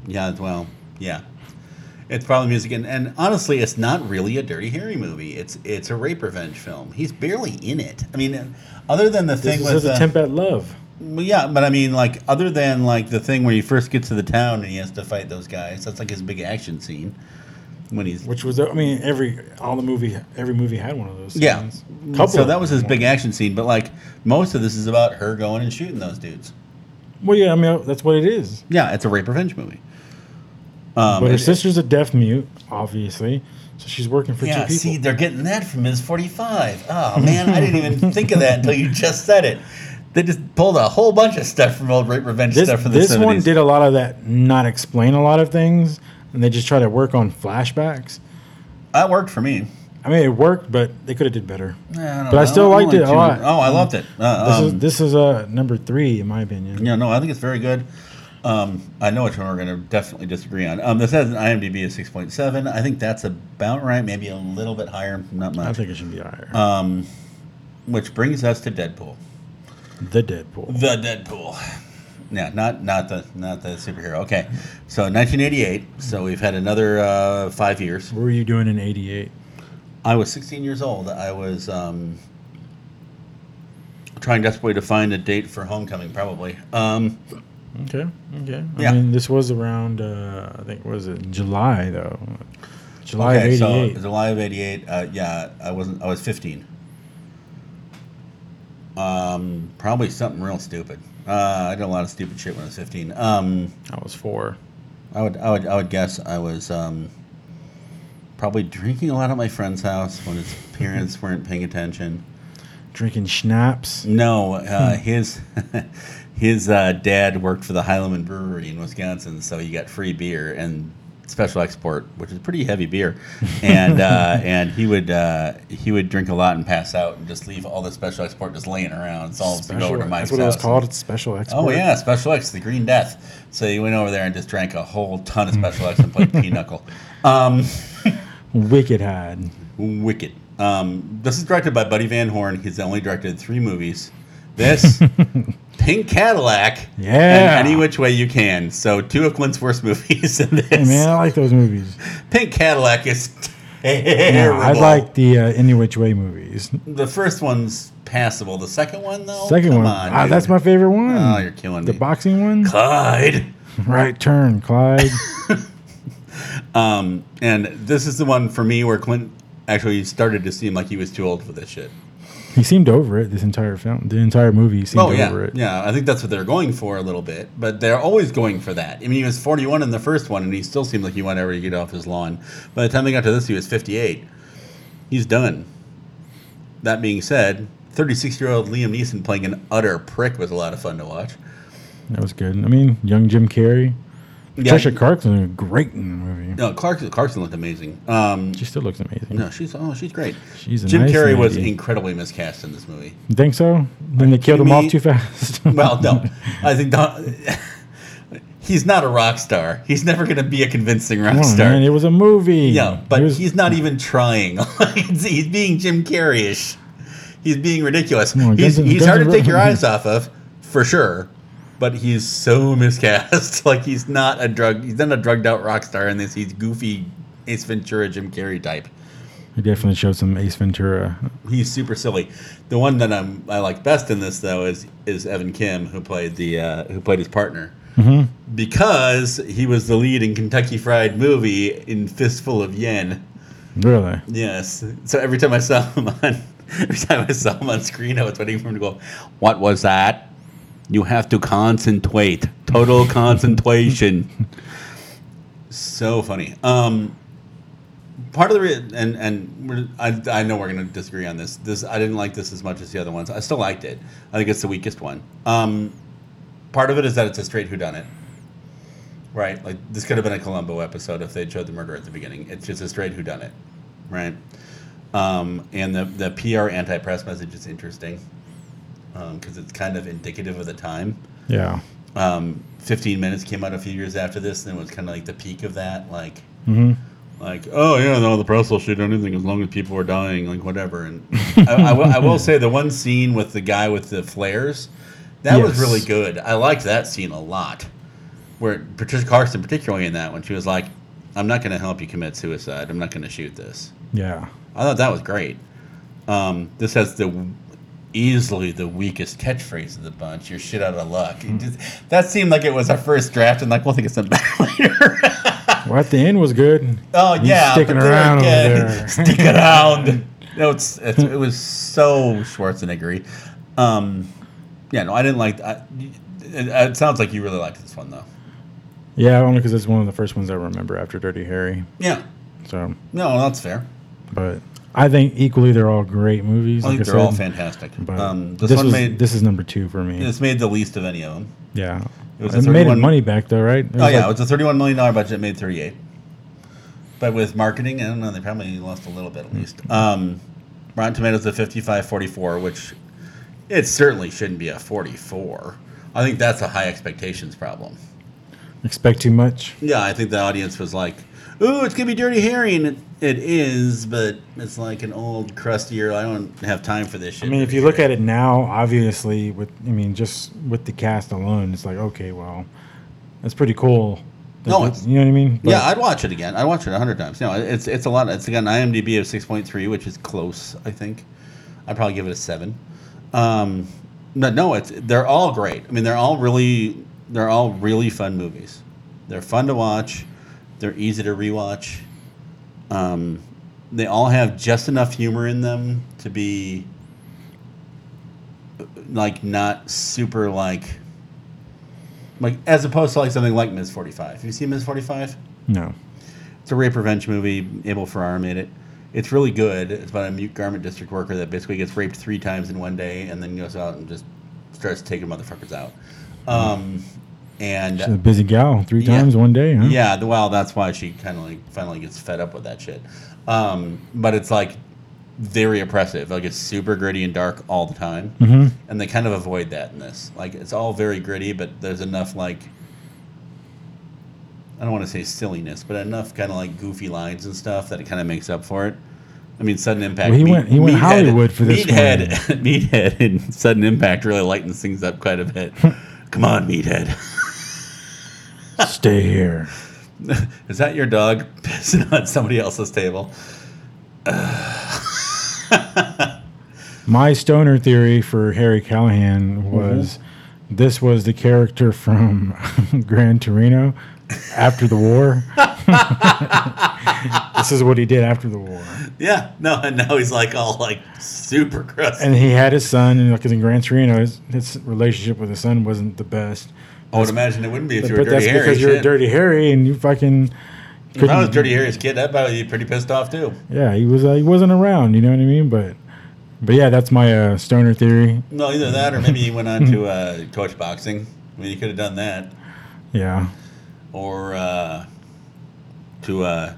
Yeah, as well. Yeah. It's probably music and, and honestly it's not really a Dirty Harry movie. It's it's a rape revenge film. He's barely in it. I mean other than the This thing is with an uh, attempt at love. well, yeah, but I mean like other than like the thing where he first gets to the town and he has to fight those guys. That's like his big action scene when he's Which was, I mean, every all the movie, every movie had one of those. yeah. Scenes. Couple so of that was them. his big action scene, but like most of this is about her going and shooting those dudes. Well, yeah, I mean, that's what it is. Yeah, it's a rape revenge movie. Um, but her it- sister's a deaf mute, obviously. So she's working for yeah, two people. see, they're getting that from Ms. 45. (laughs) Oh, man, I didn't even think of that until you just said it. They just pulled a whole bunch of stuff from old Rape Revenge this stuff from the this 70s. one did a lot of that, not explain a lot of things, and they just try to work on flashbacks. that worked for me. I mean, it worked, but they could have did better. I don't But I know, still liked like it a Jim- lot. Oh, I loved it. Uh, This um, is this is uh, number three in my opinion. Yeah, no, I think it's very good. Um, I know which one we're going to definitely disagree on. Um, this has an IMDb of 6.7. I think that's about right, maybe a little bit higher, not I much. think it should be higher. Um, which brings us to Deadpool. the Deadpool. The Deadpool. Yeah, not not the not the superhero. Okay, so 1988. So we've had another uh, five years. What were you doing in '88? I was 16 years old. I was um, trying desperately to find a date for homecoming, probably. Um, Okay, okay. I Yeah. mean, this was around. Uh, I think was it July though. July okay, of so '88. July of '88. Uh, yeah, I wasn't. I was 15. Um, probably something real stupid. Uh, I did a lot of stupid shit when I was 15. Um, I was four. I would, I would, I would guess I was um, probably drinking a lot at my friend's house when his parents weren't paying attention. Drinking schnapps. No, uh, Hmm. his (laughs) his uh, dad worked for the Heilman Brewery in Wisconsin, so he got free beer and special export, which is pretty heavy beer, and (laughs) uh, and he would uh, he would drink a lot and pass out and just leave all the special export just laying around. So I'll go Special- over to Mike's that's what it was house. called. It's special export. Oh yeah, Special X, the Green Death. So he went over there and just drank a whole ton Hmm. of Special X and (laughs) played Pinochle. Um, Wicked Hide. wicked. Um, this is directed by Buddy Van Horn. He's only directed three movies. (laughs) This, Pink Cadillac, Yeah. and Any Which Way You Can. So two of Clint's worst (laughs) movies. In this. Hey man, I like those movies. Pink Cadillac is (laughs) Yeah, terrible. I like the uh, Any Which Way movies. the first one's passable. The second one though. Second Oh, Come one, on, ah, dude. that's my favorite one. Oh, you're killing the me. boxing one. Clyde. Right (laughs) turn, Clyde. Um, and this is the one for me where Clint actually started to seem like he was too old for this shit. he seemed over it this entire film. The entire movie he seemed oh yeah, over it. yeah. I think that's what they're going for a little bit, but they're always going for that. I mean, he was 41 in the first one, and he still seemed like he wanted to get off his lawn. By the time they got to this, he was 58. He's done. That being said, 36 year old Liam Neeson playing an utter prick was a lot of fun to watch. That was good. I mean, young Jim Carrey. Yeah, Patricia Clarkson was great in the movie. no, Clarkson, Clarkson looked amazing. Um, She still looks amazing. no, she's oh, she's great. She's a Jim nice Carrey was lady. incredibly miscast in this movie. You think so? Then they killed him off me? too fast. (laughs) (laughs) Well, no, I think Don, (laughs) he's not a rock star. He's never going to be a convincing rock Come on, star. Oh, man, it was a movie. yeah, but It was- he's not even trying. (laughs) Like, it's- he's being Jim Carrey-ish. He's being ridiculous. on, he's Guns N' he's Guns hard to N' take your eyes Roses. off of for sure, but he's so (laughs) miscast. like he's not a drug. He's not a drugged out rock star in this. He's goofy Ace Ventura, Jim Carrey type. He definitely showed some Ace Ventura. He's super silly. The one that I'm I like best in this though is is Evan Kim who played the uh, who played his partner because he was the lead in Kentucky Fried Movie in Fistful of Yen. Really? Yes. So every time I saw (laughs) him on every time I saw him on screen, I was waiting for him to go. What was that? You have to concentrate. Total concentration. so funny. Um, part of the re- and and we're, I, I know we're going to disagree on this. This I didn't like this as much as the other ones. I still liked it. I think it's the weakest one. Um, part of it is that it's a straight whodunit. Right, like this could have been a Columbo episode if they'd showed the murder at the beginning. It's just a straight whodunit, right? Um, and the the PR anti press message is interesting because it's kind of indicative of the time. Yeah. Um, Fifteen minutes came out a few years after this, and it was kind of like the peak of that, like hmm like oh yeah no the press will shoot anything as long as people are dying like whatever and I, I will- I will say the one scene with the guy with the flares that was Yes. really good i liked that scene a lot where patricia clarkson particularly in that when she was like i'm not going to help you commit suicide i'm not going to shoot this Yeah. i thought that was great um, this has the easily the weakest catchphrase of the bunch you're shit out of luck Hmm. It just, that seemed like it was our first draft and like we'll think of something (laughs) better later Well, at the end was good. Oh He's yeah, sticking but then around over again, (laughs) there. Stick around. No, it's, it's it was so Schwarzeneggery. Um, yeah, no, I didn't like. I, it, it sounds like you really liked this one though. Yeah, only because it's one of the first ones I remember after Dirty Harry. Yeah, So, No, that's fair. but I think equally they're all great movies. I think like they're all said, fantastic. but Um, this, this one was- made this is number two for me. this made the least of any of them. yeah, it was it a made it 31 money back though, right? It was Oh yeah, it like- was a thirty-one million dollar budget. It made thirty-eight. But with marketing, I don't know. They probably lost a little bit at least. Um, Rotten Tomatoes at 55, 44, which it certainly shouldn't be a forty-four. I think that's a high expectations problem. expect too much. Yeah, I think the audience was like, "Ooh, it's gonna be Dirty Harry," and it, it is, but it's like an old crustier. I don't have time for this shit. I mean, if you look at it now, obviously, with I mean, just with the cast alone, it's like okay, well, that's pretty cool. that No, they- it's- you know what I mean. But yeah, I'd watch it again. I'd watch it a hundred times. No, it's it's a lot. It's got an IMDb of six point three, which is close. I think I'd probably give it a seven. Um, but no, it's they're all great. I mean, they're all really they're all really fun movies. They're fun to watch. They're easy to rewatch. Um, they all have just enough humor in them to be like not super like like as opposed to like something like Ms. Forty Five. You see Ms. Forty Five? no, It's a rape revenge movie. Abel Ferrara made it. It's really good. It's about a mute garment district worker that basically gets raped three times in one day and then goes out and just starts taking motherfuckers out. Um, and she's a busy gal three Yeah. times one day. Huh? yeah, th- well, that's why she kind of like finally gets fed up with that shit. Um, but it's like very oppressive. Like it's super gritty and dark all the time, Mhm. and they kind of avoid that in this. Like it's all very gritty, but there's enough like I don't want to say silliness, but enough kind of like goofy lines and stuff that it kind of makes up for it. I mean, sudden impact. Well, he went- he went Hollywood for this Meathead, (laughs) meathead, and sudden impact really lightens things up quite a (laughs) bit. Come on, meathead. Stay here. Is that your dog (laughs) pissing on somebody else's table? My stoner theory for Harry Callahan was Mm-hmm. this was the character from (laughs) Gran Torino after the war. (laughs) this is what he did after the war. Yeah, no, and now he's like all like super crusty. And he had his son, and because in Gran Torino, his, his relationship with his son wasn't the best. I would imagine it wouldn't be if you were but Dirty that's Harry. because you're a shit. Dirty Harry and you fucking. If I was couldn't- Dirty Harry's kid, I'd probably be pretty pissed off too. Yeah, he was. Uh, he wasn't around. You know what I mean? But, but yeah, that's my uh, stoner theory. No, either that or maybe he went on (laughs) to uh, coach boxing. I mean, he could have done that, Yeah, or uh, to uh,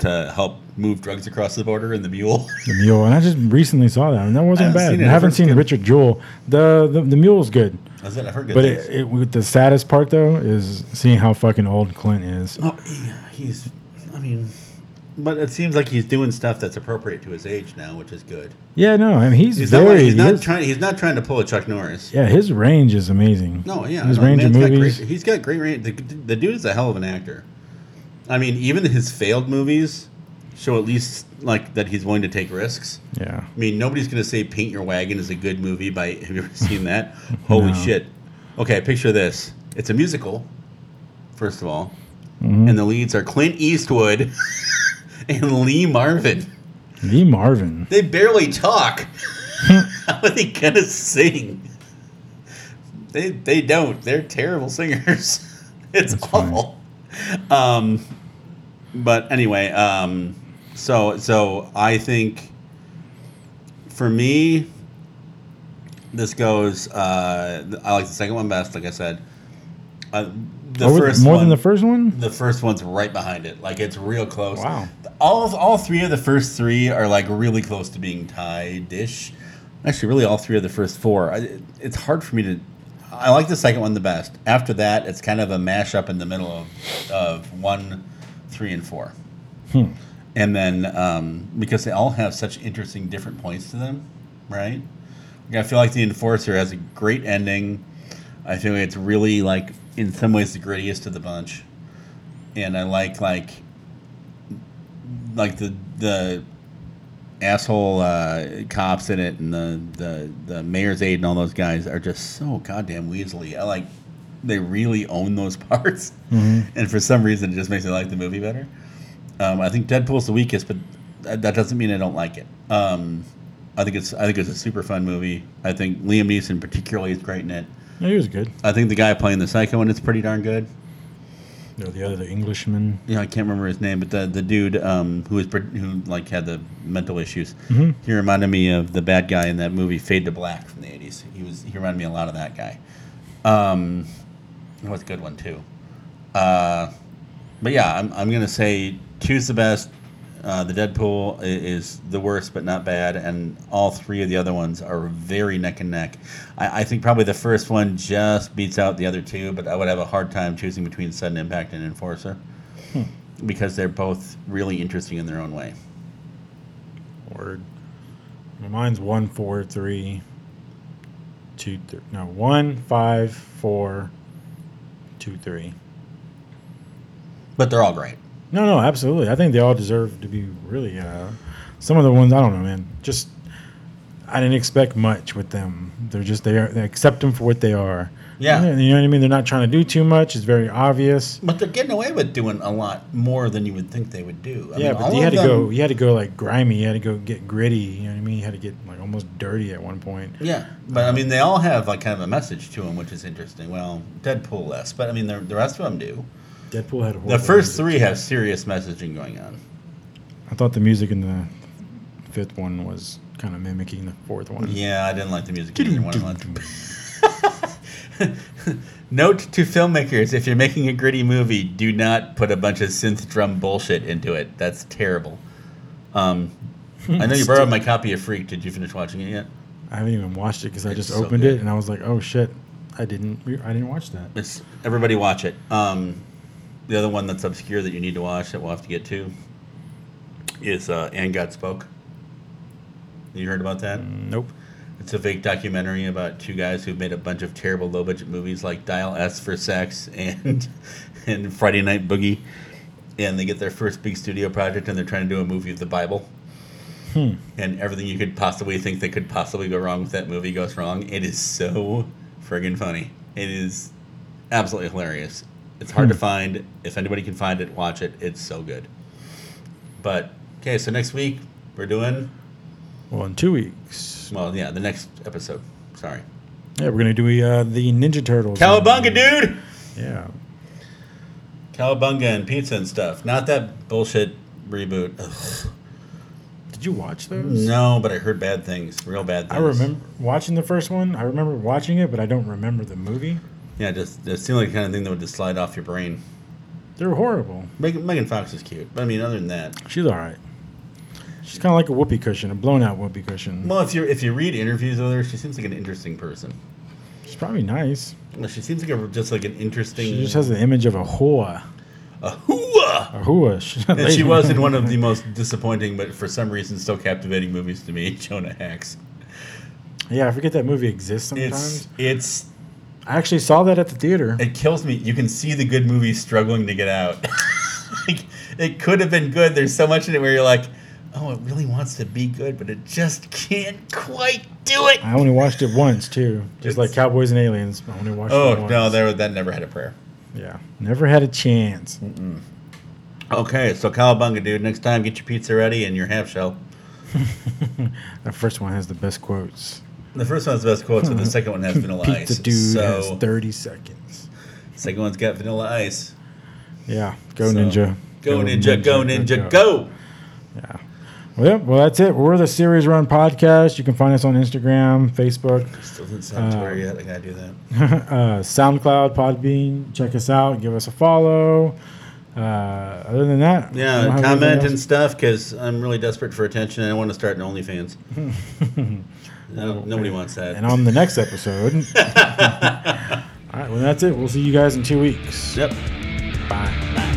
to help move drugs across the border in the mule. (laughs) the mule. And I just recently saw that, and that wasn't haven't bad. seen it. I haven't It's seen good. Richard Jewell. The the, the mule's good, That's it. I've heard good but things. it, it, with the saddest part though is seeing how fucking old Clint is. oh, yeah, he's. I mean, but it seems like he's doing stuff that's appropriate to his age now, which is good. Yeah, no, I mean he's, He's not, very. like- he's not his- trying. He's not trying to pull a Chuck Norris. yeah, his range is amazing. No, yeah, his no, the range of man's got great- movies. he's got great range. The, the dude is a hell of an actor. I mean, even his failed movies show at least like that he's willing to take risks. Yeah, I mean, nobody's gonna say "Paint Your Wagon" is a good movie. By (laughs) have you ever seen (laughs) that? Holy No. shit! Okay, picture this: it's a musical, first of all, Mm-hmm. and the leads are Clint Eastwood (laughs) and Lee Marvin. Lee Marvin. They barely (laughs) talk. How are they gonna sing? They they don't. They're terrible singers. (laughs) It's That's fine. awful. Um, but anyway, um, so so I think for me, this goes. Uh, I like the second one best. Like I said, uh, the Over- first more one, than the first one. the first one's right behind it. Like it's real close. Wow. All of- all three of the first three are like really close to being tied-ish. Actually, really, all three of the first four. I, it's hard for me to. I like the second one the best. After that, it's kind of a mashup in the middle of of one, three, and four. And then um, because they all have such interesting different points to them, right? Like, I feel like the Enforcer has a great ending. I feel like it's really like in some ways the grittiest of the bunch, and I like like like the the asshole uh, cops in it and the, the the mayor's aide and all those guys are just so goddamn weaselly. I like they really own those (laughs) parts, and for some reason it just makes me like the movie better. Um, I think Deadpool's the weakest, but that, that doesn't mean I don't like it. Um, I think it's I think it's a super fun movie. I think Liam Neeson particularly is great in it. Yeah, he was good. I think the guy playing the psycho in it's pretty darn good. No, the other, the Englishman. you know, I can't remember his name, but the the dude um, who was pre- who like had the mental issues. He reminded me of the bad guy in that movie Fade to Black from the eighties. He was he reminded me a lot of that guy. Um, that was a good one too. Uh, but yeah, I'm I'm gonna say two's the best. Uh, the Deadpool i- is the worst, but not bad, and all three of the other ones are very neck and neck. I, I think probably the first one just beats out the other two, but I would have a hard time choosing between Sudden Impact and Enforcer because they're both really interesting in their own way. Word. Mine's one, four, three, two, three. No, one, five, four, two, three. But they're all great. No, no, absolutely. I think they all deserve to be really. Uh, some of the ones I don't know, man. Just I didn't expect much with them. They're just they are they accept them for what they are. Yeah. you know what I mean. They're not trying to do too much. It's very obvious. But they're getting away with doing a lot more than you would think they would do. I yeah, mean, but all you of had to them- go. You had to go like grimy. You had to go get gritty. You know what I mean. You had to get like almost dirty at one point. Yeah, but I mean, they all have like kind of a message to them, which is interesting. Well, Deadpool less, but I mean, the, the rest of them do. Deadpool had a The first three have serious messaging going on. I thought the music in the fifth one was kind of mimicking the fourth one. Yeah, I didn't like the music. in either one of them. (laughs) Note to filmmakers: If you're making a gritty movie, do not put a bunch of synth drum bullshit into it. That's terrible. Um, I know you borrowed my copy of Freak. Did you finish watching it yet? I haven't even watched it because I It's just so opened good. it and I was like, oh shit, I didn't, re- I didn't watch that. It's, everybody watch it. Um, the other one that's obscure that you need to watch that we'll have to get to is uh, "And God Spoke." You heard about that? Nope. It's a fake documentary about two guys who've made a bunch of terrible low budget movies like Dial S for Sex and (laughs) and Friday Night Boogie. And they get their first big studio project and they're trying to do a movie of the Bible. And everything you could possibly think that could possibly go wrong with that movie goes wrong. It is so friggin' funny. It is absolutely hilarious. It's hard to find. If anybody can find it, watch it. It's so good. But okay, so next week we're doing Well, in two weeks, well, yeah, the next episode. Sorry. yeah, we're gonna do uh, the Ninja Turtles. Cowabunga, dude! Yeah. Cowabunga and pizza and stuff. Not that bullshit reboot. Ugh. Did you watch those? No, but I heard bad things, real bad I things. remember watching the first one. I remember watching it, but I don't remember the movie. Yeah, just it seemed like the kind of thing that would just slide off your brain. They're horrible. Megan, Megan Fox is cute, but I mean, other than that, She's all right. She's kind of like a whoopee cushion, a blown out whoopee cushion. well, if you if you read interviews with her, she seems like an interesting person. She's probably nice. Well, She seems like a, just like an interesting. She just has the image of a whore. a hooah. A whore. (laughs) And she was in one of the most disappointing, but for some reason still captivating movies to me, (laughs) Jonah Hex. Yeah, I forget that movie exists sometimes. It's it's I actually saw that at the theater. it kills me. You can see the good movie struggling to get out. (laughs) like, it could have been good. There's so much in it where you're like, oh, it really wants to be good, but it just can't quite do it. I only watched it once too, just like It's- Cowboys and Aliens. I only watched. it Oh once. no, there that never had a prayer. Yeah, never had a chance. Okay, so cowabunga, dude. Next time, get your pizza ready and your half shell. The first one has the best quotes. The first one's the best quotes, and the second one (laughs) has vanilla ice. Pizza dude has so thirty seconds. second one's got vanilla ice. Yeah, go So, ninja. Go, ninja, go ninja, go. Yeah. Well, yeah, well, that's it. We're the Series Run Podcast. You can find us on Instagram, Facebook, Still doesn't sound to her yet. I gotta do that. uh, SoundCloud, Podbean. Check us out. Give us a follow. Uh, other than that, I don't Yeah, have anything comment else. and stuff because I'm really desperate for attention and I want to start an (laughs) OnlyFans. no, nobody wants that. and on the next episode. (laughs) All right, well, that's it. We'll see you guys in two weeks. yep. Bye.